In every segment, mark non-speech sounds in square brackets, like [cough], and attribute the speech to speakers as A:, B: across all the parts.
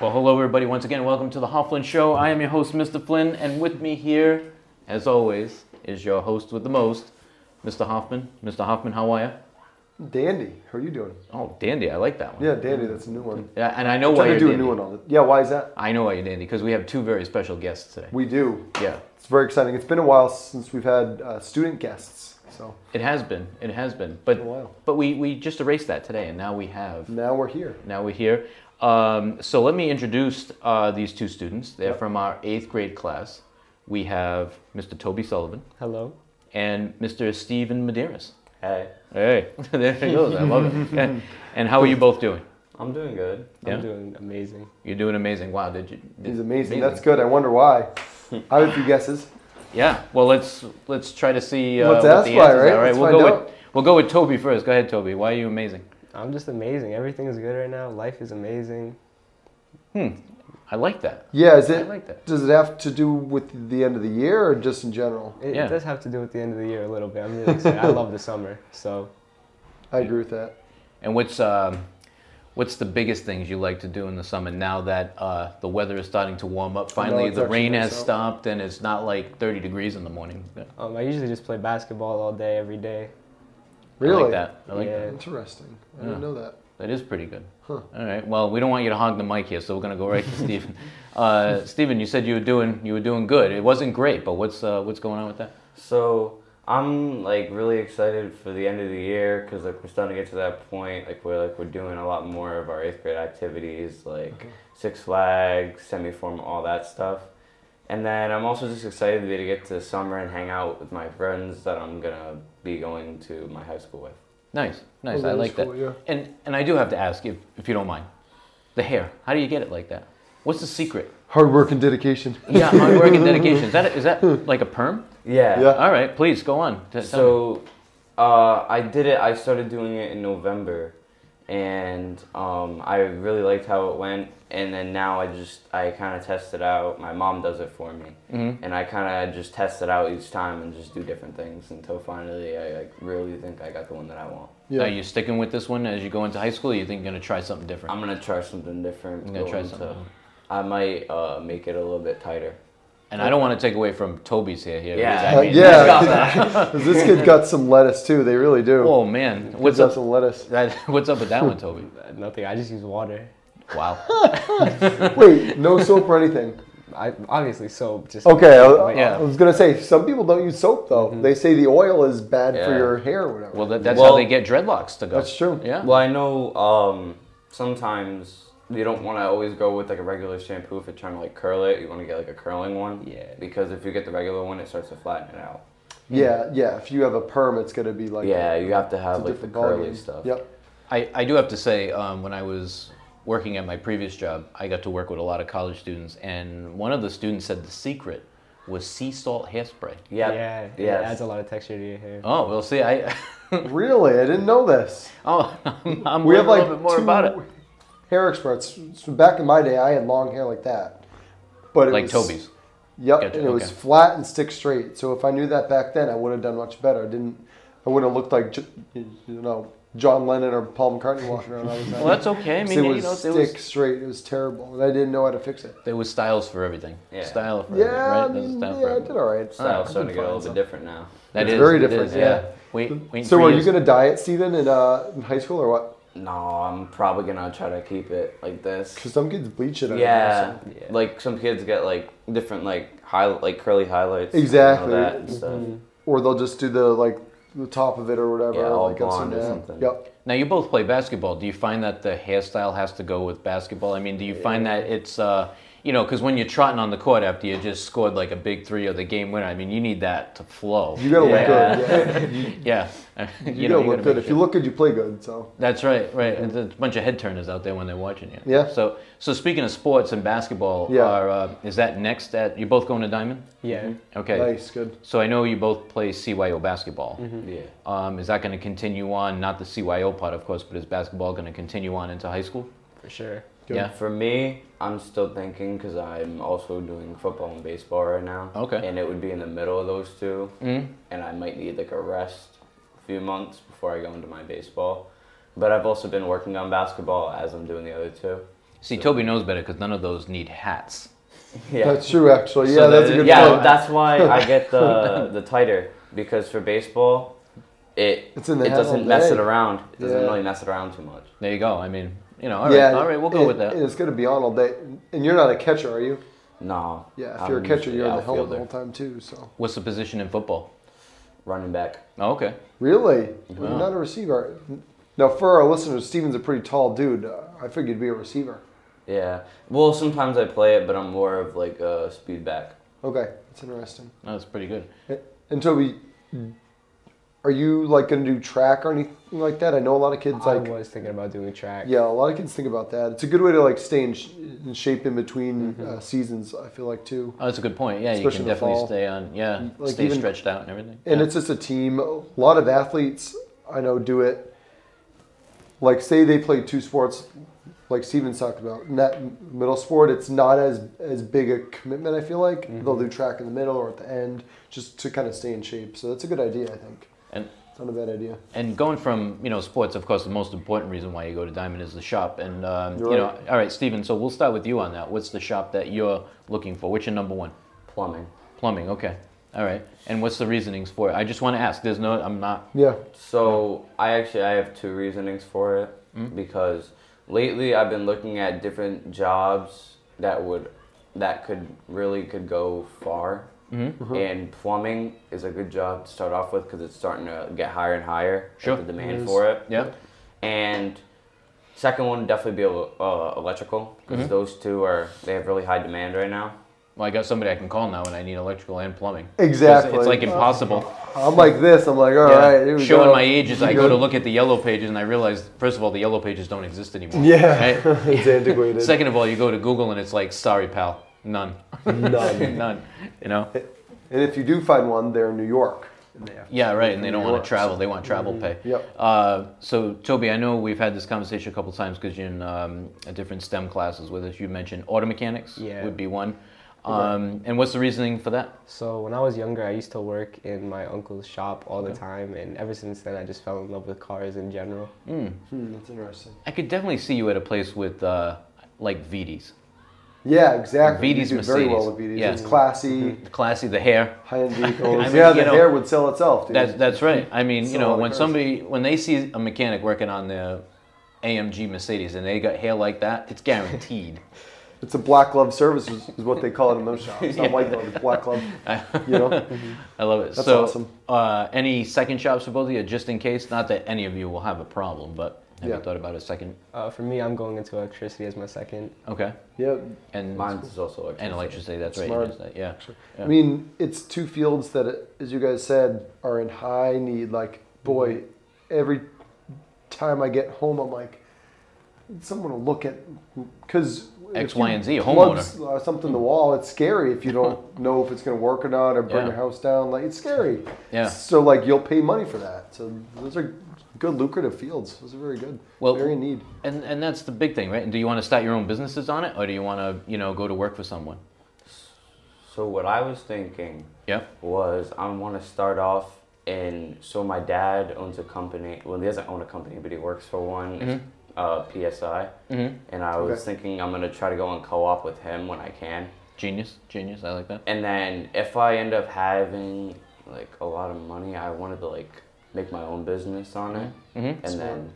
A: Well, hello, everybody. Once again, welcome to the Hofflin Show. I am your host, Mr. Flynn, and with me here, as always, is your host with the most, Mr. Hoffman. Mr. Hoffman, how are you?
B: Dandy, how are you doing?
A: Oh, dandy. I like that one.
B: Yeah, Dandy, that's a new one.
A: Yeah, and I know why
B: Trying
A: you're
B: to do a
A: dandy.
B: new one on it. Yeah, why is that?
A: I know why you're dandy because we have two very special guests today.
B: We do.
A: Yeah,
B: It's very exciting. It's been a while since we've had uh, student guests, so
A: it has been. It has been. But
B: a while.
A: but we we just erased that today, and now we have
B: now we're here.
A: now we're here. Um, so let me introduce uh, these two students. They're
B: Yep.
A: from our eighth grade class. We have Mr. Toby Sullivan
C: Hello.
A: and Mr. Stephen Medeiros.
C: Hey,
A: Hey, [laughs] there it goes. I love it. Yeah. And how are you both doing?
C: I'm doing good.
A: Yeah?
C: I'm doing amazing.
A: You're doing amazing. Wow, did you? did-
B: He's amazing. That's good. I wonder
A: [laughs]
B: why. I have a few guesses.
A: Yeah. Well, let's let's try to see. Uh,
B: Let's
A: what
B: ask
A: the
B: why,
A: answers
B: right?
A: Are. All right.
B: Let's
A: We'll
B: find
A: go
B: out.
A: with we'll go with Toby first. Go ahead, Toby. Why are you amazing?
C: I'm just amazing. Everything is good right now. Life is amazing.
A: I like that.
B: Yeah, is
A: I
B: it?
A: like that.
B: Does it have to do with the end of the year or just in general?
C: It, it
A: Yeah.
C: does have to do with the end of the year a little bit. I'm really excited. I love the summer. So
B: I agree with that.
A: And what's um, what's the biggest things you like to do in the summer now that uh, the weather is starting to warm up?
B: know,
A: Finally,
B: it's
A: the rain
B: actually
A: has
B: nice out.
A: stopped and it's not like 30 degrees in the morning. Yeah,
C: um, I usually just play basketball all day, every day.
A: I
B: Really?
A: like that. I like
C: Yeah.
A: that.
B: Interesting. I
A: Yeah.
B: didn't know that.
A: That is pretty good.
B: Huh.
A: All right. Well, we don't want you to hog the mic here, so we're gonna go right to
B: [laughs]
A: Stephen. Uh, Stephen, you said you were doing you were doing good. It wasn't great, but what's uh, what's going on with that?
D: So I'm like really excited for the end of the year because like we're starting to get to that point like where like we're doing a lot more of our eighth grade activities like Six Flags, semi-formal, all that stuff. And then I'm also just excited to get to summer and hang out with my friends that I'm gonna be going to my high school with.
A: Nice, nice.
B: Oh, that
A: I
B: is
A: like
B: cool,
A: that.
B: yeah.
A: And and I do have to ask if if you don't mind, the hair. How do you get it like that? What's the secret?
B: Hard work and
A: [laughs]
B: dedication. [laughs]
A: Yeah, hard work and dedication. Is that is that like a perm?
D: Yeah.
B: Yeah.
A: All right, please go on. T- tell me.
D: So uh, I did it. I started doing it in November, and um, I really liked how it went. And then now I just I kind of test it out. My mom does it for me,
A: Mm-hmm.
D: and I kind of just test it out each time and just do different things until finally I like really think I got the one that I want.
B: Yeah.
A: are you sticking with this one as you go into high school? Or you think you're gonna try something different?
D: I'm gonna try something different.
A: I'm gonna try
D: going to-
A: something.
D: I might uh, make it a little bit tighter.
A: and I don't want to take away from Toby's hair here.
D: Yeah.
A: because
B: Uh,
A: I [laughs] mean,
B: yeah.
A: that's got that.
B: 'Cause [laughs] this kid got some lettuce too. They really do.
A: Oh man, what's
B: Kids have
A: up? [laughs]
B: some lettuce.
A: That, what's up with that one, Toby?
C: Uh, Nothing. I just use water.
A: Wow.
B: Wait, no soap or anything.
C: I obviously soap. Just
B: Okay, uh, I,
A: Yeah.
B: I was gonna say some people don't use soap though. They say the oil is bad for
D: Yeah.
B: your hair or whatever.
A: Well, that, that's how
D: Well-
A: they get dreadlocks to go.
B: That's true.
C: Oh.
A: Yeah.
D: Well, I know um, sometimes you don't want to always go with like a regular shampoo if you're trying to like curl it. You want to get like a curling one.
C: Yeah.
D: Because if you get the regular one, it starts to flatten it out.
B: yeah, yeah. If you have a perm, it's gonna be like
D: Yeah, you have to have
B: it's a
D: like the
B: different ballgame.
D: curly stuff.
B: Yep.
A: I, I do have to say, um, when I was working at my previous job, I got to work with a lot of college students, and one of the students said the secret was sea salt hairspray.
D: Yep.
C: Yeah.
D: Yes.
C: It adds a lot of texture to your hair.
A: Oh, well, see, I [laughs]
B: Really, I didn't know this.
A: oh, [laughs] I'm, I'm
B: We
A: learning
B: have like
A: a little bit more
B: two
A: about it.
B: hair experts. So back in my day, I had long hair like that, but it
A: Like
B: was,
A: Toby's.
B: Yep,
A: Gotcha,
B: and it was
A: okay.
B: flat and stick straight. So if I knew that back then, I would have done much better. I didn't. I wouldn't have looked like J- you know John Lennon or Paul McCartney walking around all the time.
A: Well, that's okay. I mean,
B: it
A: you
B: was
A: know, there
B: stick
A: was,
B: straight. It was terrible, and I didn't know how to fix it.
A: there was styles for everything.
D: Yeah.
A: Style for
B: Yeah,
A: everything,
B: I
A: right? There's a
B: mean,
A: style for
B: yeah, I
A: everything.
B: did all right.
D: Style's
B: I've
D: starting
B: been
D: to get a
B: fine,
D: little
B: so.
D: bit different now.
A: That
B: It's
A: is-
B: very
A: it
B: different,
A: is,
B: yeah.
A: Wait, wait
B: So
A: for
B: are you
A: years.
B: gonna dye it, Steven, in uh, in high school or what?
D: No, I'm probably gonna try to keep it like
B: Because
D: this.
B: some kids bleach it. out of
D: Yeah,
B: it,
C: Yeah.
D: like some kids get like different like high like curly highlights. and all
B: Exactly. Mm-hmm.
D: that and stuff.
B: so- Or they'll just do the like the top of it or whatever.
D: Yeah, all
B: like, I've seen
D: blonde or
B: that.
D: something.
B: Yep.
A: Now you both play basketball. Do you find that the hairstyle has to go with basketball? I mean, do you find that it's uh, you know, because when you're trotting on the court after you just scored like a big three or the game winner, I mean, you need that to flow.
B: You gotta
D: Yeah.
B: look good. Yeah. You,
A: [laughs] yeah, Uh, you,
B: you
A: know,
B: gotta
A: you
B: look
A: gotta
B: good.
A: make
B: If you
A: sure.
B: look good, you play good. So
A: That's right, right. And There's a bunch of head turners out there when they're watching you.
B: Yeah.
A: So, so speaking of sports and basketball,
B: Yeah.
A: are, uh, is that next? At you're both going to Diamond?
C: Yeah.
A: Okay.
B: nice, good.
A: So I know you both play CYO basketball.
B: Mm-hmm.
C: Mm-hmm.
D: Yeah.
A: Um, is that going to continue on? Not the CYO part, of course, but is basketball going to continue on into high school?
C: For sure.
B: Good.
A: Yeah.
D: For me, I'm still thinking because I'm also doing football and baseball right now.
A: Okay.
D: And it would be in the middle of those 2
B: Mm-hmm.
D: mm And I might need like a rest, a few months before I go into my baseball. But I've also been working on basketball as I'm doing the other two. [laughs]
A: See, Toby knows better because none of those need hats.
D: Yeah. Uh,
B: That's true, actually. Yeah,
A: So
B: that's a
A: the-
B: good
D: yeah,
B: point.
D: that's why
B: [laughs]
D: I get the the tighter because for baseball, it
B: It's in the
D: it
B: hat
D: doesn't
B: all
D: mess
B: day.
D: it around. It doesn't
B: Yeah.
D: really mess it around too much.
A: There you go. I mean, you know, all right, all right, we'll go
B: it-
A: with that.
B: and it's going to be on all day. And you're not a catcher, are you?
D: No.
B: Yeah, if
D: I'm
B: you're a catcher,
D: usually
B: you're on the helmet the
D: outfielder.
B: whole time too. So
A: What's the position in football?
D: Running back.
A: Oh, okay.
B: really,
A: Yeah.
B: you're not a receiver. Now, for our listeners, Steven's a pretty tall dude. Uh, I figured you'd be a receiver.
D: Yeah. Well, sometimes I play it, but I'm more of like a speed back.
B: Okay, that's interesting.
A: No, that's pretty good.
B: And Toby, are you like going to do track or anything like that? I know a lot of kids
C: I
B: like.
C: was thinking about doing track.
B: Yeah, a lot of kids think about that. It's a good way to like stay in, sh- in shape in between uh, seasons. I feel like too.
A: Oh, that's a good point. Yeah, you
B: Especially
A: can
B: in the
A: definitely
B: fall.
A: stay on. Yeah,
B: Like
A: stay
B: even-
A: stretched out and everything.
B: And
A: yeah.
B: it's just a team. A lot of athletes I know do it. Like say they play two sports, like Stevens talked about. In that middle sport, it's not as as big a commitment. I feel like
A: Mm-hmm.
B: they'll do track in the middle or at the end, just to kind of stay in shape. So that's a good idea, I think.
A: And-
B: it's not a bad idea.
A: and going from you know sports, of course, the most important reason why you go to Diamond is the shop. And um,
B: You're
A: you know,
B: right.
A: all right, Steven, So we'll start with you on that. What's the shop that you're looking for? What's your number one?
D: Plumbing.
A: Plumbing. Okay. All right. And what's the reasonings for it? I just want to ask. There's no. I'm not.
B: Yeah,
D: So I actually I have two reasonings for it
A: Mm-hmm.
D: because lately I've been looking at different jobs that would that could really could go far.
A: Mm-hmm.
B: Mm-hmm.
D: And plumbing is a good job to start off with because it's starting to get higher and higher. like,
A: Sure.
D: the
B: It
D: demand
B: is.
D: for it.
A: Yeah.
D: And second one would definitely be uh, electrical because
A: Mm-hmm.
D: those two are they have really high demand right now.
A: Well, I got somebody I can call now when I need electrical and plumbing. 'Cause
B: exactly.
A: It's like impossible.
B: I'm like this. I'm like, all right.
A: Yeah.
B: here we
A: Showing
B: go.
A: my
B: [laughs]
A: [laughs] age as I
B: You
A: go to look at the yellow pages, and I realize, first of all, the yellow pages don't exist anymore.
B: Yeah, [laughs]
A: Right?
B: it's antiquated.
A: Second of all, you go to Google, and it's like, sorry, pal, none, [laughs]
B: None.
A: none. You know.
B: And if you do find one, they're in New York.
A: Yeah, right. And they don't want
B: York,
A: to travel. They want travel pay.
B: Yep.
A: Uh, so, Toby, I know we've had this conversation a couple times because you're in um, a different STEM classes with us. You mentioned auto mechanics
C: Yeah.
A: would be one. Um, and what's the reasoning for that?
C: So when I was younger, I used to work in my uncle's shop all the time, and ever since then, I just fell in love with cars in general.
B: Hmm, that's interesting.
A: I could definitely see you at a place with uh, like VDs.
B: Yeah, exactly.
A: VD's
B: you do very well with
A: Mercedes.
B: VD's.
A: Yeah. Mm-hmm.
B: It's classy.
A: Classy, the hair.
B: High-end
A: [laughs] I
B: vehicles.
A: mean,
B: yeah,
A: you
B: the
A: know,
B: hair would sell itself, dude.
A: That, that's right. I mean, you
B: Sell
A: know,
B: all the
A: when
B: cars.
A: somebody, when they see a mechanic working on the AMG Mercedes and they got hair like that, it's
B: [laughs]
A: guaranteed.
B: it's a black glove service is, is what they call it in those
A: [laughs]
B: shops. Not white glove, it's black glove. You know?
A: I love it.
B: That's
A: so,
B: awesome.
A: Uh, any second shops for both of you, just in case? Not that any of you will have a problem, but have
B: Yeah.
A: you thought about a second?
C: Uh, for me, I'm going into electricity as my second.
A: Okay.
B: Yeah.
A: And
D: Mine's is also electric.
A: and electricity. That's right.
B: Smart.
A: it is that, Yeah.
B: I mean, it's two fields that, as you guys said, are in high need. Like, boy, every time I get home, I'm like, someone will look at because
A: X, Y, and Z, a
B: uh, something to the wall. It's scary if
A: [laughs]
B: you don't know if it's going to work or not, or burn
A: Yeah.
B: your house down. Like, it's scary.
A: Yeah.
B: So, like, you'll pay money for that. So, those are good lucrative fields. Those are very good.
A: Well-
B: very in need.
A: And and that's the big thing, right? And do you want to start your own businesses on it, or do you want to you know go to work for someone?
D: So what I was thinking
A: Yeah.
D: was I want to start off in. So my dad owns a company. Well, he doesn't own a company, but he works for one. It's, Uh, PSI.
B: Mm-hmm.
D: And I was thinking I'm gonna try to go and co-op with him when I can.
A: Genius. Genius. I like that.
D: And then if I end up having like a lot of money, I wanted to like make my own business on it,
A: Mm-hmm.
D: and then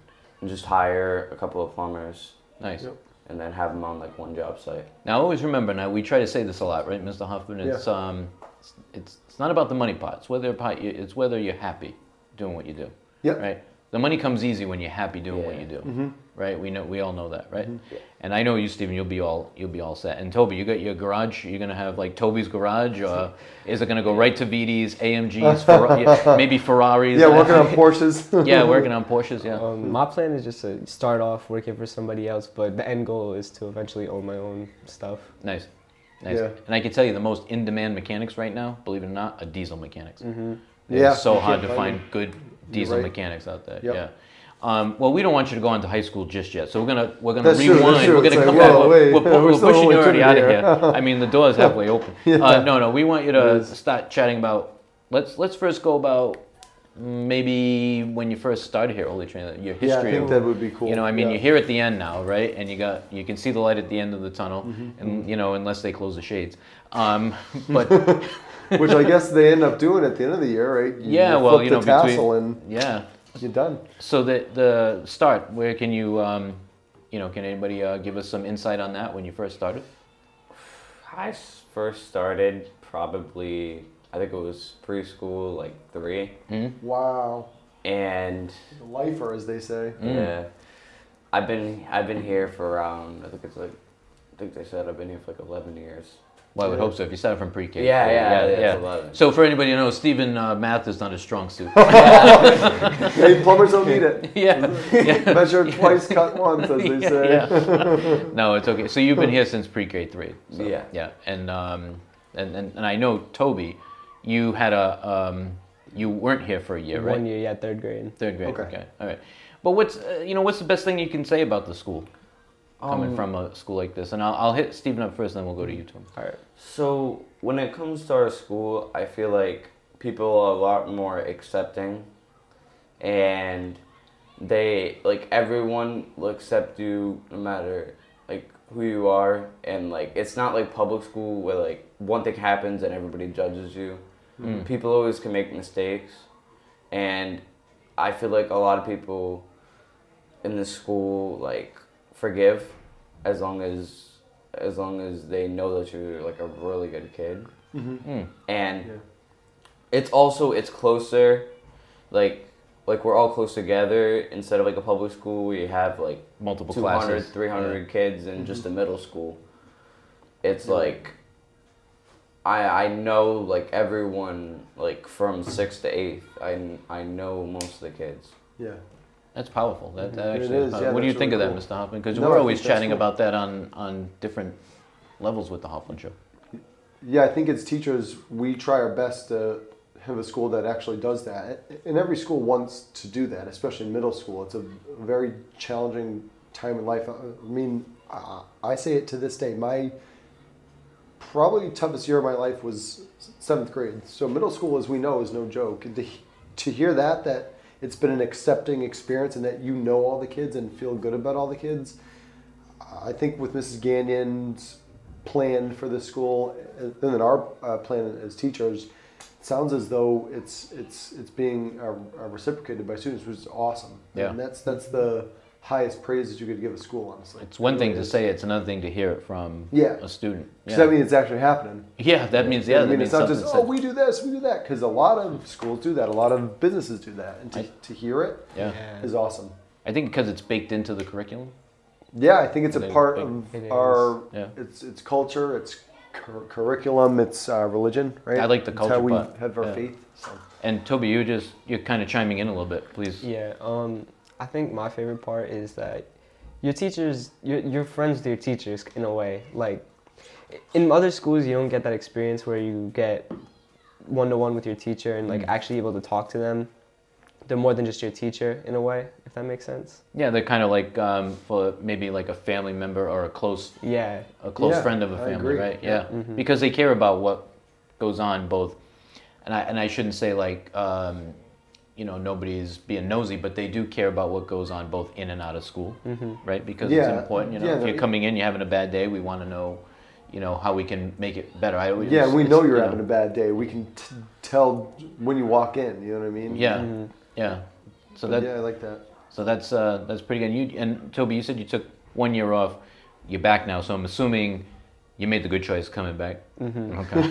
D: just hire a couple of plumbers,
A: Nice.
B: Yep.
D: and then have them on like one job site.
A: Now always remember. Now we try to say this a lot, right, Mr. Hoffman? It's um, it's, it's it's not about the money part. It's whether part you, it's whether you're happy doing what you do.
B: Yep. Mm-hmm.
A: Right. The money comes easy when you're happy doing what
D: Yeah.
A: you do. Right. We know. We all know that. Right. And I know you, Steven. You'll be all. You'll be all set. And Toby, you got your garage. You're gonna have like Toby's garage, or is it gonna go right to VDs,
B: [laughs]
A: AMGs, Ferra- yeah, maybe Ferraris?
B: Yeah, working
A: [laughs]
B: on Porsches. [laughs]
A: yeah, working on Porsches. Yeah.
C: Um, my plan is just to start off working for somebody else, but the end goal is to eventually own my own stuff.
A: Nice. Nice.
B: Yeah.
A: And I can tell you the most in demand mechanics right now, believe it or not, are diesel mechanics. Mm-hmm.
B: Yeah,
A: so
B: you
A: hard to
B: can't find
A: find good diesel
B: right.
A: mechanics out there.
B: Yep.
A: Yeah. Um, well, we don't want you to go on to high school just yet, so we're gonna we're gonna
B: That's true,
A: rewind.
B: that's true.
A: We're gonna
B: It's
A: come
B: like,
A: back.
B: whoa,
A: We're,
B: wait,
A: we're, pu-
B: we're
A: we're
B: still
A: pushing you already
B: only
A: out of
B: 200
A: here. I mean, the
B: [laughs]
A: door's halfway open. Uh, no, no, we want you to start chatting about. Let's let's first go about maybe when you first started here, Holy Trinity, your
B: yeah, I
A: history.
B: think
A: of-
B: that would be cool.
A: You know, I mean,
B: yeah.
A: you're here at the end now, right? And you got you can see the light at the end of the tunnel,
B: Mm-hmm,
A: and you know, unless they close the shades. Um, [laughs] but
B: which I guess they end up doing at the end of the year, right? You,
A: yeah,
B: you
A: well,
B: flip
A: you know,
B: the tassel
A: between
B: and
A: yeah.
B: you're done.
A: So the the start, where can you, um, you know, can anybody uh, give us some insight on that when you first started?
D: I s- first started probably, I think it was preschool, like three.
B: Wow,
D: And
B: lifer, as they say.
D: yeah, I've been I've been here for around I think it's like I think they said I've been here for like eleven years.
A: Well, I would
B: Yeah.
A: hope so. If you started from pre-K,
D: Yeah,
A: so,
D: yeah, that's a lot of-
A: So for anybody who knows, Stephen uh, math is not his strong
D: [laughs]
A: suit. [laughs]
B: hey, plumbers don't need it.
A: yeah, [laughs] yeah,
B: Measure twice, cut once,
A: [laughs]
B: as they say. [laughs]
A: yeah. No, it's okay. So you've been here since pre-K three. so,
D: Yeah.
A: yeah, and um, and, and and I know Toby, you had a um, you weren't here for a year, right?
C: One year, yeah, third grade.
A: Third grade. Okay.
B: Okay.
A: All right. But what's uh, you know what's the best thing you can say about the school coming
D: Um,
A: from a school like this? And I'll, I'll hit Stephen up first, and then we'll go to you, Tom.
C: All right.
D: So when it comes to our school, I feel like people are a lot more accepting, and they like everyone will accept you no matter like who you are, and like it's not like public school where like one thing happens and everybody judges you. People always can make mistakes, and I feel like a lot of people in the school like forgive as long as as long as they know that you're like a really good kid
A: Mm.
D: and
B: Yeah.
D: it's also it's closer like like we're all close together instead of like a public school where you have like
A: Multiple
D: 200
A: classes.
D: 300 kids in just a middle school it's like i i know like everyone like from sixth to eighth i i know most of the kids
B: Yeah.
A: That's powerful. That, that
B: It
A: actually.
B: is,
A: powerful.
B: yeah,
A: what do you
B: that's
A: think
B: really
A: of that,
B: cool.
A: Mr. Hoffman? Because
B: No, I
A: we're
B: think
A: always
B: that's
A: chatting
B: cool.
A: about that on on different levels with the Hoffman Show.
B: Yeah, I think as teachers, we try our best to have a school that actually does that. And every school wants to do that, especially in middle school. It's a very challenging time in life. I mean, I I say it to this day. My probably toughest year of my life was seventh grade. So middle school, as we know, is no joke. And to, to hear that, that it's been an accepting experience and that you know all the kids and feel good about all the kids, I think with Mrs. Gagnon's plan for the school and then our uh, plan as teachers, it sounds as though it's it's it's being uh, uh, reciprocated by students, which is awesome.
A: Yeah.
B: and that's that's the highest praise that you could give a school, honestly.
A: It's one thing to say; it's another thing to hear it from
B: Yeah.
A: a student.
B: Because
A: Yeah.
B: that means it's actually happening.
A: yeah, that means yeah.
B: I
A: that
B: mean,
A: means
B: it's not just
A: something's
B: oh,
A: said.
B: we do this, we do that, because a lot of schools do that, a lot of businesses do that, and to,
A: I-
B: to hear it is
A: yeah.
C: Yeah.
B: awesome.
A: I think because it's baked into the curriculum.
B: Yeah, I think it's
A: They-
B: a part
A: they-
B: of
C: It is.
B: our
A: Yeah.
B: it's it's culture, it's cur- curriculum, it's uh, religion, right?
A: I like the
B: It's
A: culture
B: How we
A: part.
B: have our
A: Yeah.
B: faith. So.
A: And Toby, you just you're kind of chiming in a little bit, please.
C: Yeah. Um, I think my favorite part is that your teachers, you're, you're friends with your teachers in a way. Like, in other schools, you don't get that experience where you get one to one with your teacher and like actually able to talk to them. They're more than just your teacher in a way, if that makes sense.
A: Yeah, they're kind of like um, for maybe like a family member or a close
C: Yeah.
A: a close
B: Yeah,
A: friend of a
B: I
A: family,
B: agree.
A: right?
B: Yeah. Mm-hmm.
A: Yeah, because they care about what goes on both, and I and I shouldn't say like um, you know nobody's being nosy, but they do care about what goes on both in and out of school, right? Because
B: Mm-hmm. Yeah,
A: it's important. You know,
B: yeah,
A: if
B: no,
A: you're coming in, you're having a bad day, we want to know, you know, how we can make it better. I always,
B: Yeah, we
A: it's-
B: know you're
A: you
B: having a bad day. We can t- tell when you walk in. You know what I mean?
A: yeah, yeah. So
B: But
A: that
B: Mm-hmm. yeah, I like that.
A: So that's uh, that's pretty good. You and Toby, you said you took one year off. You're back now, so I'm assuming you made the good choice coming back. Mm-hmm. Okay.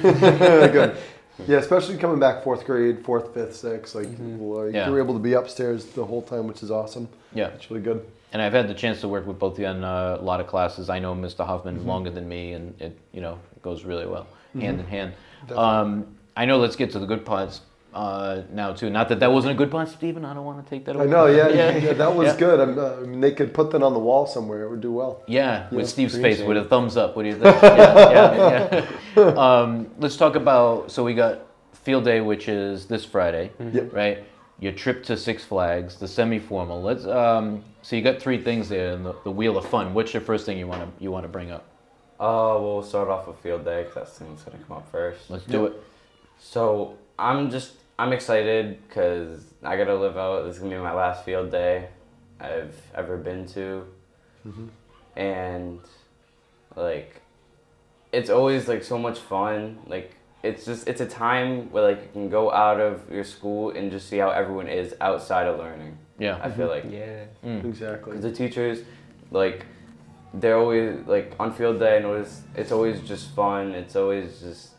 B: [laughs] Good. Yeah, especially coming back fourth grade, fourth, fifth, sixth. Like, like
A: Mm-hmm. Yeah.
B: you were able to be upstairs the whole time, which is awesome.
A: yeah.
B: It's really good.
A: And I've had the chance to work with both of you on uh, a lot of classes. I know Mr. Hoffman
B: Mm-hmm.
A: longer than me, and it you know it goes really well, hand in hand. Um, I know. Let's get to the good parts uh, now too. Not that that wasn't a good part, Stephen. I don't want to take that away.
B: I know. Yeah,
A: [laughs]
B: yeah.
A: yeah.
B: that was
A: Yeah.
B: good. I'm, uh, I mean, they could put that on the wall somewhere. It would do well.
A: Yeah, with
B: Yeah,
A: Steve's
C: appreciate
A: face, with a thumbs up. What do you think? [laughs] yeah, yeah, yeah. [laughs] Um, let's talk about. So we got field day, which is this Friday,
B: Mm-hmm. Yep.
A: right? Your trip to Six Flags, the semi-formal. Let's. Um, so you got three things there, and the, the wheel of fun. What's your first thing you want to you want to bring up?
D: uh well, we'll start off with field day because that's the thing that's gonna come up first
A: Let's do it.
D: So I'm just I'm excited because I gotta live out. This is gonna be my last field day I've ever been to,
A: Mm-hmm.
D: and like, it's always like so much fun. Like, it's just it's a time where like you can go out of your school and just see how everyone is outside of learning.
A: Yeah. Mm.
D: I feel
C: Mm-hmm.
D: like
C: Yeah.
B: Exactly.
D: because the teachers, like, they're always like on field day. I notice it's always just fun. It's always just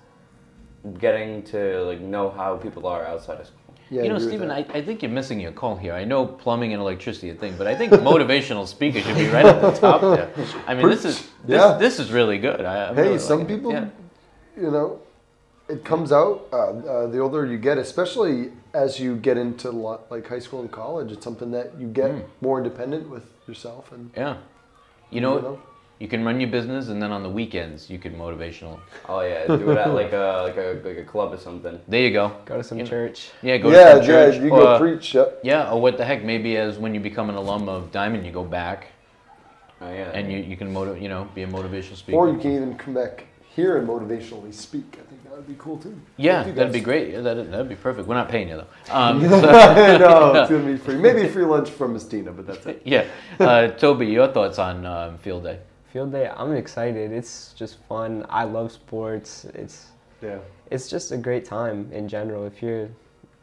D: getting to like know how people are outside of school.
B: Yeah,
A: you know,
B: agree with
A: Stephen,
B: that.
A: I, I think you're missing your call here. I know plumbing and electricity are a thing, but I think motivational speaker should be right at the top there. I mean, this is this,
B: Yeah.
A: this is really good. I, I'm
B: hey,
A: really
B: some
A: liking it.
B: people,
A: Yeah.
B: you know, it comes out uh, uh, the older you get, especially as you get into lo- like high school and college. It's something that you get more independent with yourself, and
A: Yeah. Mm. You
B: you
A: know,
B: know.
A: you can run your business, and then on the weekends you can motivational.
D: Oh yeah, do it at like a like a like a club or something.
A: There you go.
C: Go to some
A: You know-
C: church.
A: Yeah, go
B: yeah,
A: to some church.
B: yeah, you
A: or,
B: go preach. Yep.
A: Yeah, or what the heck? Maybe as when you become an alum of Diamond, you go back
D: Oh yeah.
A: and you, you can motiv- you know be a motivational speaker.
B: Or you can even come back here and motivationally speak. I think that would be cool too.
A: yeah,
B: If you
A: that'd be
B: guys-
A: great. Yeah, that that'd be perfect. We're not paying you
B: [laughs]
A: though. Um,
B: no, it's gonna be free. Maybe free lunch from Mistina, but that's it.
A: [laughs] yeah, uh, Toby, your thoughts on um, field day?
C: Field day. I'm excited. It's just fun. I love sports. It's
A: [laughs]
B: Yeah.
C: it's just a great time in general. If you're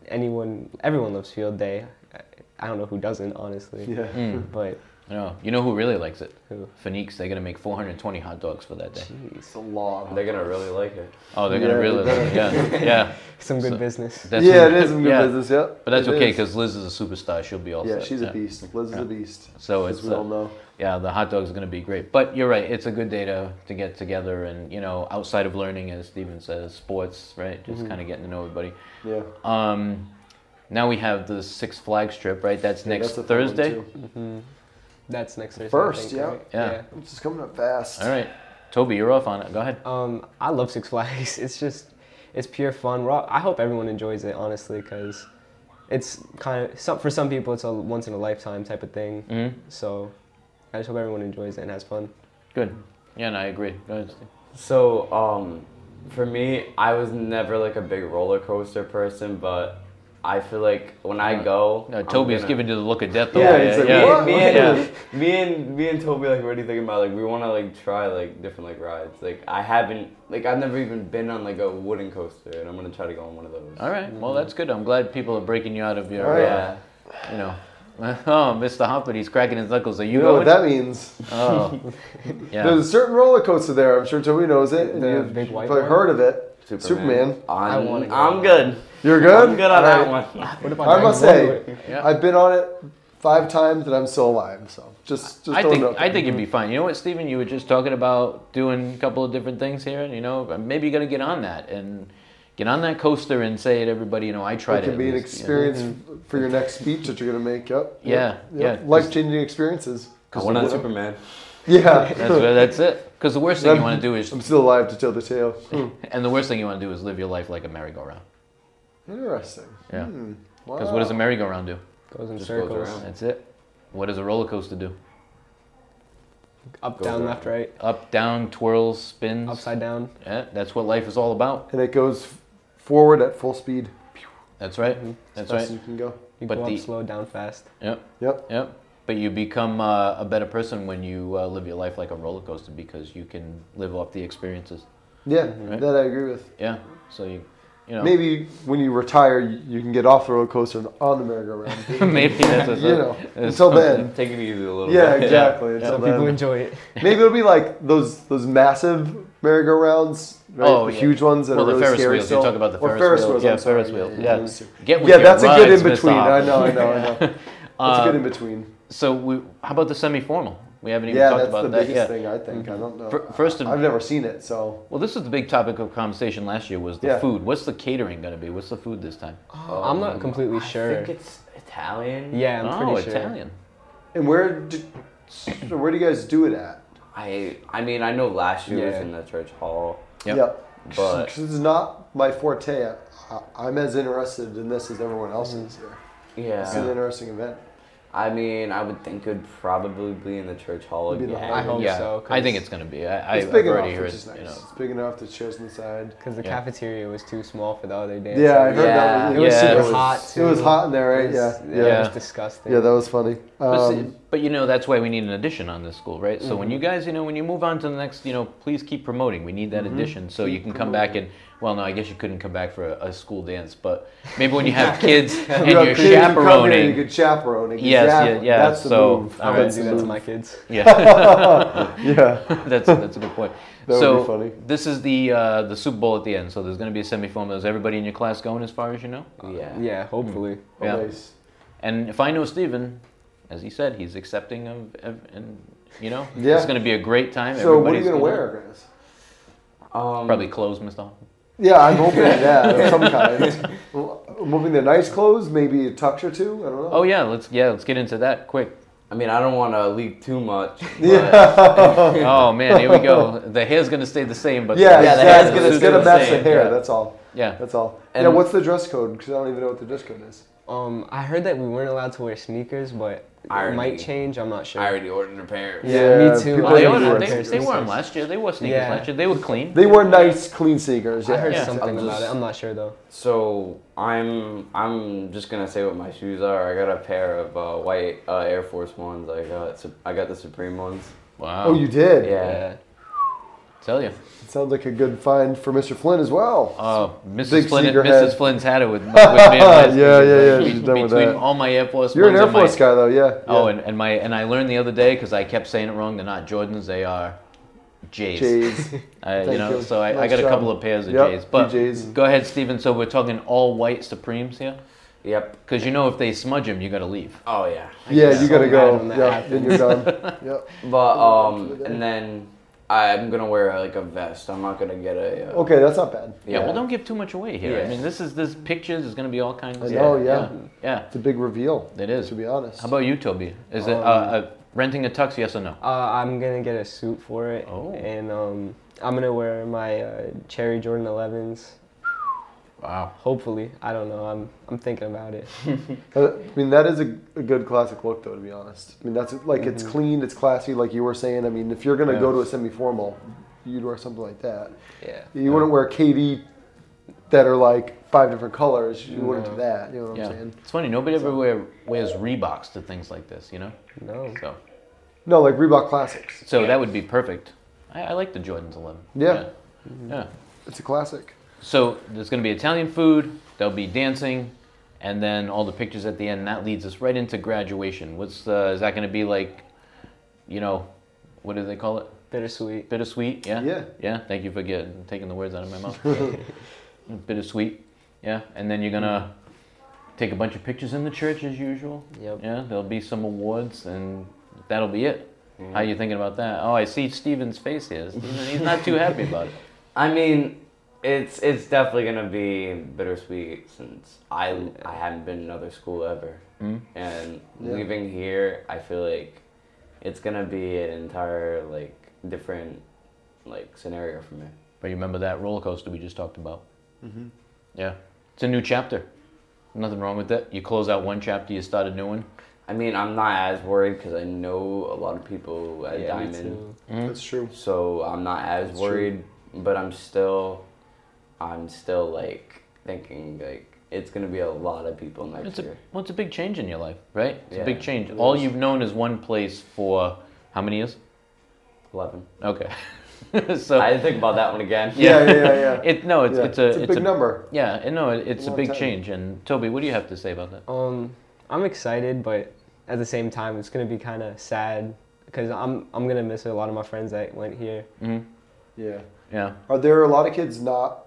C: anyone, everyone loves field day. I- I don't know who doesn't, honestly.
B: Yeah.
C: But
A: I know. You know who really likes it?
C: Who?
A: Phoenix. They're gonna make 420 hot dogs for that day.
B: It's a lot.
D: They're gonna really like it.
A: Oh, they're
B: Yeah,
A: gonna really
B: they
A: like it. Yeah, yeah.
C: some good
A: So-
C: business.
A: That's
B: [laughs] yeah,
A: who- [laughs]
B: it is some good
A: yeah.
B: business. Yep.
A: But that's
B: It
A: okay
B: is.
A: because Liz is a superstar. She'll be all
B: yeah,
A: set.
B: she's a beast. Liz is a beast.
A: So
B: as
A: it's,
B: we
A: uh,
B: all know.
A: Yeah, the hot dogs are going to be great. But you're right, it's a good day to, to get together and, you know, outside of learning, as Steven says, sports, right?
B: Mm-hmm.
A: Just kind of getting to know everybody.
B: Yeah.
A: Um, now we have the Six Flags trip, right? That's
B: Yeah,
A: next
B: that's a fun one,
A: Thursday.
B: too.
C: That's next Thursday. I
B: Mm-hmm. First,
C: think,
B: yeah.
C: right?
A: Yeah.
B: It's just coming up fast.
A: All right. Toby, you're off on it. Go ahead.
C: Um, I love Six Flags. [laughs] It's just, it's pure fun. We're all, I hope everyone enjoys it, honestly, because it's kind of, some, for some people, it's a once in a lifetime type of thing.
A: Mhm.
C: So I just hope everyone enjoys it and has fun.
A: Good. Yeah, and no, I agree. Go ahead, Steve.
D: So um, for me, I was never like a big roller coaster person, but I feel like when I go,
A: No,
D: I'm
A: Toby's
D: gonna-
A: giving you the look of death.
D: Yeah,
A: over
B: he's
A: there.
B: like,
A: yeah.
B: "What?"
D: Me, me
A: [laughs] Yeah.
D: and, me and me and Toby like already thinking about like we want to like try like different like rides. Like I haven't like I've never even been on like a wooden coaster, and I'm gonna try to go on one of those.
A: All right. Well, that's good. I'm glad people are breaking you out of your,
B: All right.
A: uh,
D: Yeah.
A: you know. [laughs] Oh, Mr. Hoppet, he's cracking his knuckles. Are you,
B: You know what
A: going?
B: that means? [laughs]
A: oh, yeah.
B: There's a certain roller coaster there. I'm sure Toby knows it. And
C: The
B: you've
C: big white
B: probably
C: one?
B: heard of it. Superman.
D: I'm,
C: I wanna go.
D: I'm good.
B: You're good.
D: I'm good
B: All
D: on that
B: right.
D: one.
C: What about
B: I must
C: Dragon
B: say,
C: Ball?
A: Yeah.
B: I've been on it five times and I'm still alive. So just, just
A: I
B: throwing
A: think
B: it out
A: I
B: there.
A: think it'd be fine. You know what, Steven? You were just talking about doing a couple of different things here, and you know, maybe you got to get on that and get on that coaster and say to everybody, you know, I tried
B: it can
A: at
B: be an
A: least, you know.
B: experience f- for your next speech that you're gonna make. Yep. Yep.
A: Yeah,
B: Yep.
A: yeah.
B: Life changing experiences.
D: I want on Superman.
B: [laughs] Yeah.
A: That's what- that's it. Because the worst thing you want to do is,
B: I'm still alive to tell the tale. [laughs] Hmm.
A: and the worst thing you want to do is live your life like a merry-go-round.
B: Interesting.
A: Yeah.
B: Hmm.
A: Because what does a
B: Wow.
A: merry-go-round do?
C: Goes in
D: Just goes
C: circles.
D: around.
A: That's it. What does a roller coaster do?
C: Up,
D: Goes
C: down,
D: around.
C: left, right.
A: Up, down, twirls, spins.
C: Upside down.
A: Yeah, that's what life is all about.
B: And it goes f- forward at full speed.
A: That's right.
B: Mm-hmm.
C: Mhm.
A: That's
B: Fast
A: right.
B: as You can go.
C: You
A: But
C: go up
A: the-
C: slow, down fast.
A: Yep.
B: Yep.
A: Yep. But you become uh, a better person when you uh, live your life like a roller coaster because you can live off the experiences.
B: Yeah.
A: Right.
B: That I agree with.
A: Yeah. So you, you know,
B: Maybe when you retire, you you can get off the roller coaster and on the
A: [laughs]
B: merry-go-round.
A: maybe that's a,
B: you know,
A: that's
B: until then.
A: something.
D: Take it easy a little
B: Yeah,
D: bit.
B: exactly.
A: Yeah.
B: Until
C: Some people
B: then.
C: enjoy it.
B: Maybe it'll be like those those massive merry-go-rounds, right?
A: Oh,
B: the
A: yeah.
B: huge ones that
A: Well,
B: are
A: the
B: really
A: Ferris
B: scary.
A: wheels.
B: still.
A: You talk about the
B: or
A: Ferris, wheels.
B: wheels.
A: Yeah,
B: I'm sorry,
A: Ferris wheels. Yeah. Get with
B: Yeah,
A: your
B: that's a good
A: rides,
B: in between.
A: Mr.
B: I
A: Hoffman.
B: know, I
A: [laughs]
B: know, I know. That's
A: Uh,
B: a good in between.
A: So we, how about the semi-formal? We haven't even
B: Yeah,
A: talked
B: that's
A: about
B: the
A: that
B: biggest
A: yet.
B: thing I think. I don't know.
A: Fir- first of-
B: I've never seen it, so
A: Well, this was the big topic of conversation last year was the
B: Yeah.
A: food. What's the catering going to be? What's the food this time?
C: [laughs] I'm not completely
D: I
C: sure.
D: think it's Italian.
C: Yeah, I'm
A: oh,
C: pretty sure.
A: Italian.
B: and where do, so where do you guys do it at?
D: I I mean I know last year was
C: Yeah.
D: in the church hall.
A: Yep.
D: But-
B: because it's not my forte.
A: Mm-hmm.
B: I, I- I'm as interested in this as everyone else is here. It's
D: Yeah.
B: an interesting event.
D: I mean, I would think it would probably be in the church hall
B: It'd be the
D: again.
B: hall.
C: I hope
A: yeah,
C: so.
A: I think it's gonna be. I,
B: It's
A: I, I've
B: big enough,
A: already heard.
B: which is nice.
A: You know,
B: It's big enough. The chairs on the side.
C: Because the
A: Yeah.
C: cafeteria was too small for the other dance.
B: Yeah, I heard
D: Yeah.
B: that. Was, it
A: Yeah,
B: was
A: it
B: super
A: was
C: hot,
B: It was
C: too.
B: hot in there, right?
C: It was-
B: Yeah, yeah,
C: It
B: yeah.
A: Yeah.
C: was disgusting.
B: that was funny.
A: But, see-
B: Um, Mm-hmm.
A: but you know that's why we need an addition on this school, right? So when you guys, you know, when you move on to the next, you know, please keep promoting. We need that
B: Mm-hmm.
A: addition so you can come back and well, no, I guess you couldn't come back for a, a school dance, but maybe when you
B: [laughs]
A: have kids and
B: you
A: you're
B: have kids, you come in and
A: chaperoning,
B: You could chaperone. Exactly.
A: Yes, yeah, yeah,
B: That's the
A: so,
B: move.
A: I
C: I
A: would
B: That's
C: wouldn't do
B: the
C: that to
B: move.
C: my kids.
A: yeah, [laughs]
B: [laughs] Yeah.
A: that's that's a good point.
B: That would
A: so
B: be funny.
A: this is the uh, the Super Bowl at the end. So there's going to be a semifinal. Is everybody in your class going, as far as you know?
D: Yeah.
C: Yeah, hopefully.
A: Yeah.
B: Oh, Nice.
A: And if I know Steven, as he said, he's accepting of, of and you know,
B: Yeah.
A: it's going to be a great time.
B: So what are you
A: Everybody's
B: gonna wear, guys?
D: Um,
A: Probably clothes, Mr. Hoffman.
B: Yeah, I'm hoping that of some kind. Well, I'm hoping they're nice clothes, maybe a tux or two. I don't [laughs] know.
A: Oh yeah, let's yeah, let's get into that quick.
D: I mean, I don't want to leak too much. but-
A: Oh man, here we go. The hair's gonna stay the same, but
B: yeah,
D: Yeah, the
B: exactly.
D: hair's gonna
B: It's
D: stay
B: gonna
D: the
B: match
D: same,
B: the hair.
D: yeah.
B: That's all.
A: yeah.
B: That's all.
D: And-
B: yeah, what's the dress code? Because I don't even know what the dress code is.
C: Um, I heard that we weren't allowed to wear sneakers, but it
D: Irony.
C: might change. I'm not sure.
D: I already ordered a pair.
C: Yeah, me too.
B: people
A: Well, they,
C: Yeah,
B: are
A: were,
C: wore
B: weird.
A: they,
C: pairs
A: they wore them
C: these days.
A: last year. They wore sneakers
C: Yeah.
A: last year. They were clean.
B: They were nice, clean sneakers. Yeah.
C: I heard
A: Yeah.
C: something
D: I'm
C: about it.
D: just-
C: I'm not sure though.
D: So I'm I'm just gonna say what my shoes are. I got a pair of uh, white uh, Air Force Ones. I got Sup- I got the Supreme ones.
A: Wow.
B: Oh, you did.
D: Yeah.
C: Yeah.
A: tell you.
B: Sounds like a good find for Mr. Flynn as well.
A: Uh, Mrs.
B: Big
A: Flynn,
B: sneaker
A: Mrs.
B: head.
A: Flynn's had it
B: [laughs]
A: with, with me. and my
B: Yeah, yeah,
A: sneakers,
B: yeah,
A: like,
B: she's
A: be-
B: done with
A: Between
B: that.
A: all my Air Force,
B: You're an
A: Ones
B: Air
A: and my-
B: Force guy, though. Yeah.
A: Oh,
B: yeah.
A: and, and my and I learned the other day because I kept saying it wrong. They're not Jordans. They are J's.
B: Jays.
A: I, you
B: Thank
A: know,
B: you.
A: so I, I
B: Nice
A: got a
B: job.
A: couple of pairs of
B: Yep,
A: J's. But
B: PJs.
A: go ahead, Steven. So we're talking all white Supremes here,
D: Yep.
A: because you know if they smudge them, you got to leave.
D: Oh yeah.
B: [laughs] yeah, you
C: so
B: gotta
C: mad
B: go.
C: when that
B: Yeah,
C: happens.
B: then you're done. yep.
D: But
B: to
D: um,
B: the
D: and then I'm gonna wear like a vest. I'm not gonna get a. Uh,
B: Okay, that's not bad.
A: Yeah. Well, don't give too much away here. I
D: Yeah.
A: mean, this is this pictures is going to be all kinds.
B: I
A: of
B: know.
A: stuff.
B: Yeah.
A: Yeah.
B: It's a big reveal.
A: It is.
B: To be honest. Um,
A: How about you, Toby? Is it uh, uh, renting a tux? Yes or no?
C: Uh, I'm gonna get a suit for it,
A: Oh.
C: and um, I'm gonna wear my uh, cherry Jordan 11s.
A: Wow.
C: Hopefully, I don't know. I'm I'm thinking about it.
B: Uh, I mean, that is a, a good classic look, though, to be honest. I mean, that's like it's clean, it's classy, like you were saying. I mean, if you're gonna go to a semi-formal, you'd wear something like that.
C: Yeah.
B: You wouldn't wear KD that are like five different colors. You wouldn't do
C: No.
B: that. You know what
A: Yeah.
B: I'm saying?
A: It's funny. Nobody ever wear, wears Reeboks to things like this. You know.
B: Mm-hmm.
C: No.
A: So
B: No, like Reebok Classics.
A: so that would be perfect. I, I like the Jordans 11.
B: Yeah.
A: Yeah. yeah.
B: It's a classic.
A: So there's going to be Italian food. There'll be dancing, and then all the pictures at the end. And that leads us right into graduation. What's uh, is that going to be like? You know, what do they call it?
C: Bittersweet.
A: Bittersweet. Yeah.
B: Yeah.
A: Yeah. Thank you for getting taking the words out of my mouth. [laughs] Bittersweet. Yeah. And then you're gonna take a bunch of pictures in the church as usual.
C: Yep.
A: Yeah. There'll be some awards, and that'll be it. How you thinking about that? Oh, I see Steven's face here. Steven, he's not too happy about it.
D: I mean, it's it's definitely gonna be bittersweet since I I haven't been in another school ever, and
B: Yeah.
D: leaving here, I feel like it's gonna be an entire like different like scenario for me.
A: But you remember that roller coaster we just talked about? Mm-hmm. Yeah. It's a new chapter. Nothing wrong with that. You close out one chapter, you start a new one.
D: I mean, I'm not as worried because I know a lot of people at
C: Yeah, me
D: Diamond,
C: too.
B: That's true.
D: so I'm not as
B: That's true.
D: worried. But I'm still, I'm still like thinking like it's gonna be a lot of people next
A: It's
D: year.
A: a, well, it's a big change in your life, right? It's a big
D: Yeah,
A: change.
D: it
A: All
D: is.
A: you've known is one place for how many years?
D: Eleven.
A: Okay. [laughs] so
D: I didn't think about that one again.
B: [laughs] Yeah, yeah, yeah. yeah.
A: it no, [laughs] it's
B: Yeah.
A: it's a
B: it's a big number.
A: Yeah, and no, it, it's a,
B: long
A: big
B: time.
A: change. And Toby, what do you have to say about that?
C: Um, I'm excited, but at the same time, it's gonna be kind of sad because I'm I'm gonna miss a lot of my friends that went here.
B: Yeah.
A: Yeah.
B: Are there a lot of kids not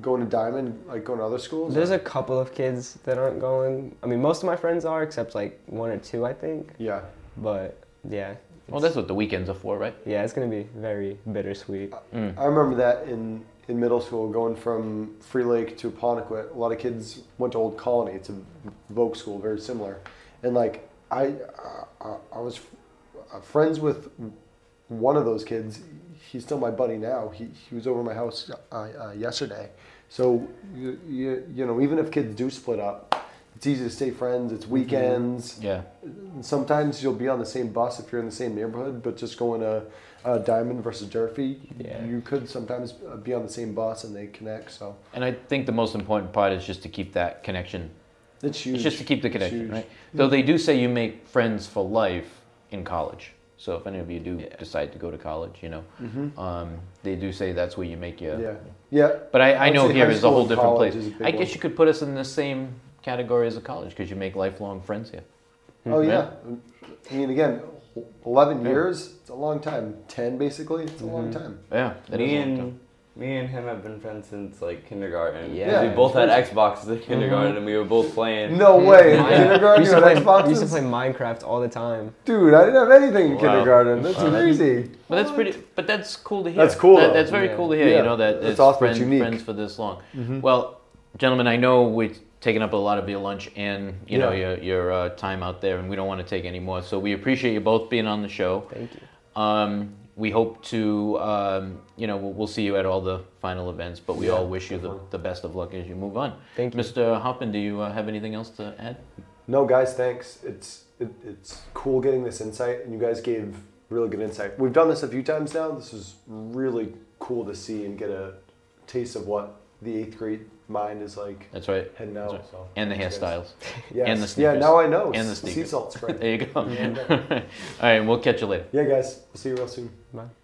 B: going to Diamond, like going to other schools?
C: There's a couple of kids that aren't going. I mean, most of my friends are, except like one or two, I think.
B: Yeah.
C: But yeah,
A: Well, that's what the weekends are for, right?
C: yeah, it's gonna be very bittersweet.
B: I remember that in, in middle school, going from Free Lake to Ponequet, a lot of kids went to Old Colony. It's a Vogue school, very similar. And like I, I, I was f- uh, friends with one of those kids. He's still my buddy now. He, he was over my house uh, uh, yesterday. So you, you, you know, even if kids do split up, It's easy to stay friends. It's weekends.
A: Yeah.
B: And sometimes you'll be on the same bus if you're in the same neighborhood, but just going to uh, Diamond versus Durfee,
C: Yeah.
B: you could sometimes uh, be on the same bus and they connect. So
A: And I think the most important part is just to keep that connection.
B: it's huge.
A: It's just to keep the connection,
B: huge.
A: right? Though they do say you make friends for life in college. So if any of you do
C: Yeah.
A: decide to go to college, you know, um, they do say that's where you make your.
B: Mm-hmm. Yeah. Yeah.
A: But I, I
B: I'd
A: know
B: say
A: here
B: high
A: is a
B: school
A: whole
B: and
A: different
B: college
A: place.
B: is a big
A: I guess
B: one.
A: you could put us in the same category as a college because you make lifelong friends here.
C: Mm-hmm.
B: Oh yeah. I mean, again, eleven years. It's a long time. Ten basically. It's a long
C: Mm-hmm.
B: time.
A: Yeah, that is
D: me
A: a long time.
D: and me and him have been friends since like kindergarten.
A: Yeah. Mm-hmm.
D: 'Cause
B: Yeah.
D: we both had Xboxes in kindergarten, and we were both playing.
B: No way. In
C: Mine-
B: kindergarten,
C: we
B: you
C: used to
B: had
C: play- we used to
B: Xboxes.
C: play Minecraft all the time.
B: Dude, I didn't have anything in
D: Wow.
B: kindergarten. That's
D: Wow.
B: crazy.
A: But that's pretty. But that's cool to hear.
B: That's cool,
A: That-
B: though.
A: that's very
C: Yeah.
A: cool to hear.
B: Yeah.
A: You know that
B: That's
A: it's
B: awesome.
A: friends,
B: It's unique. Mm-hmm.
A: friends for this long. Well, gentlemen, I know we've taken up a lot of your lunch and you know
B: Yeah.
A: your your uh, time out there, and we don't want to take any more. So we appreciate you both being on the show.
C: Thank you.
A: Um, we hope to, um, you know, we'll, we'll see you at all the final events. But we all wish you the, the best of luck as you move on.
C: Thank you.
A: Mr. Hoppin. Do you uh, have anything else to add?
B: No, guys, thanks. It's it, it's cool getting this insight, and you guys gave really good insight. We've done this a few times now. This is really cool to see and get a taste of what the eighth grade mind is like
A: That's right.
B: heading
A: That's
B: out.
A: right.
B: So
A: And the
B: thanks, guys.
A: hairstyles.
B: [laughs] Yes.
A: and the
B: Yeah,
A: sneakers.
B: now I know.
A: And the
B: Sea
A: [laughs] sneakers.
B: salt spray.
A: [laughs] There you go. all right, we'll catch you later.
B: yeah, guys. We'll see you real soon.
C: Bye.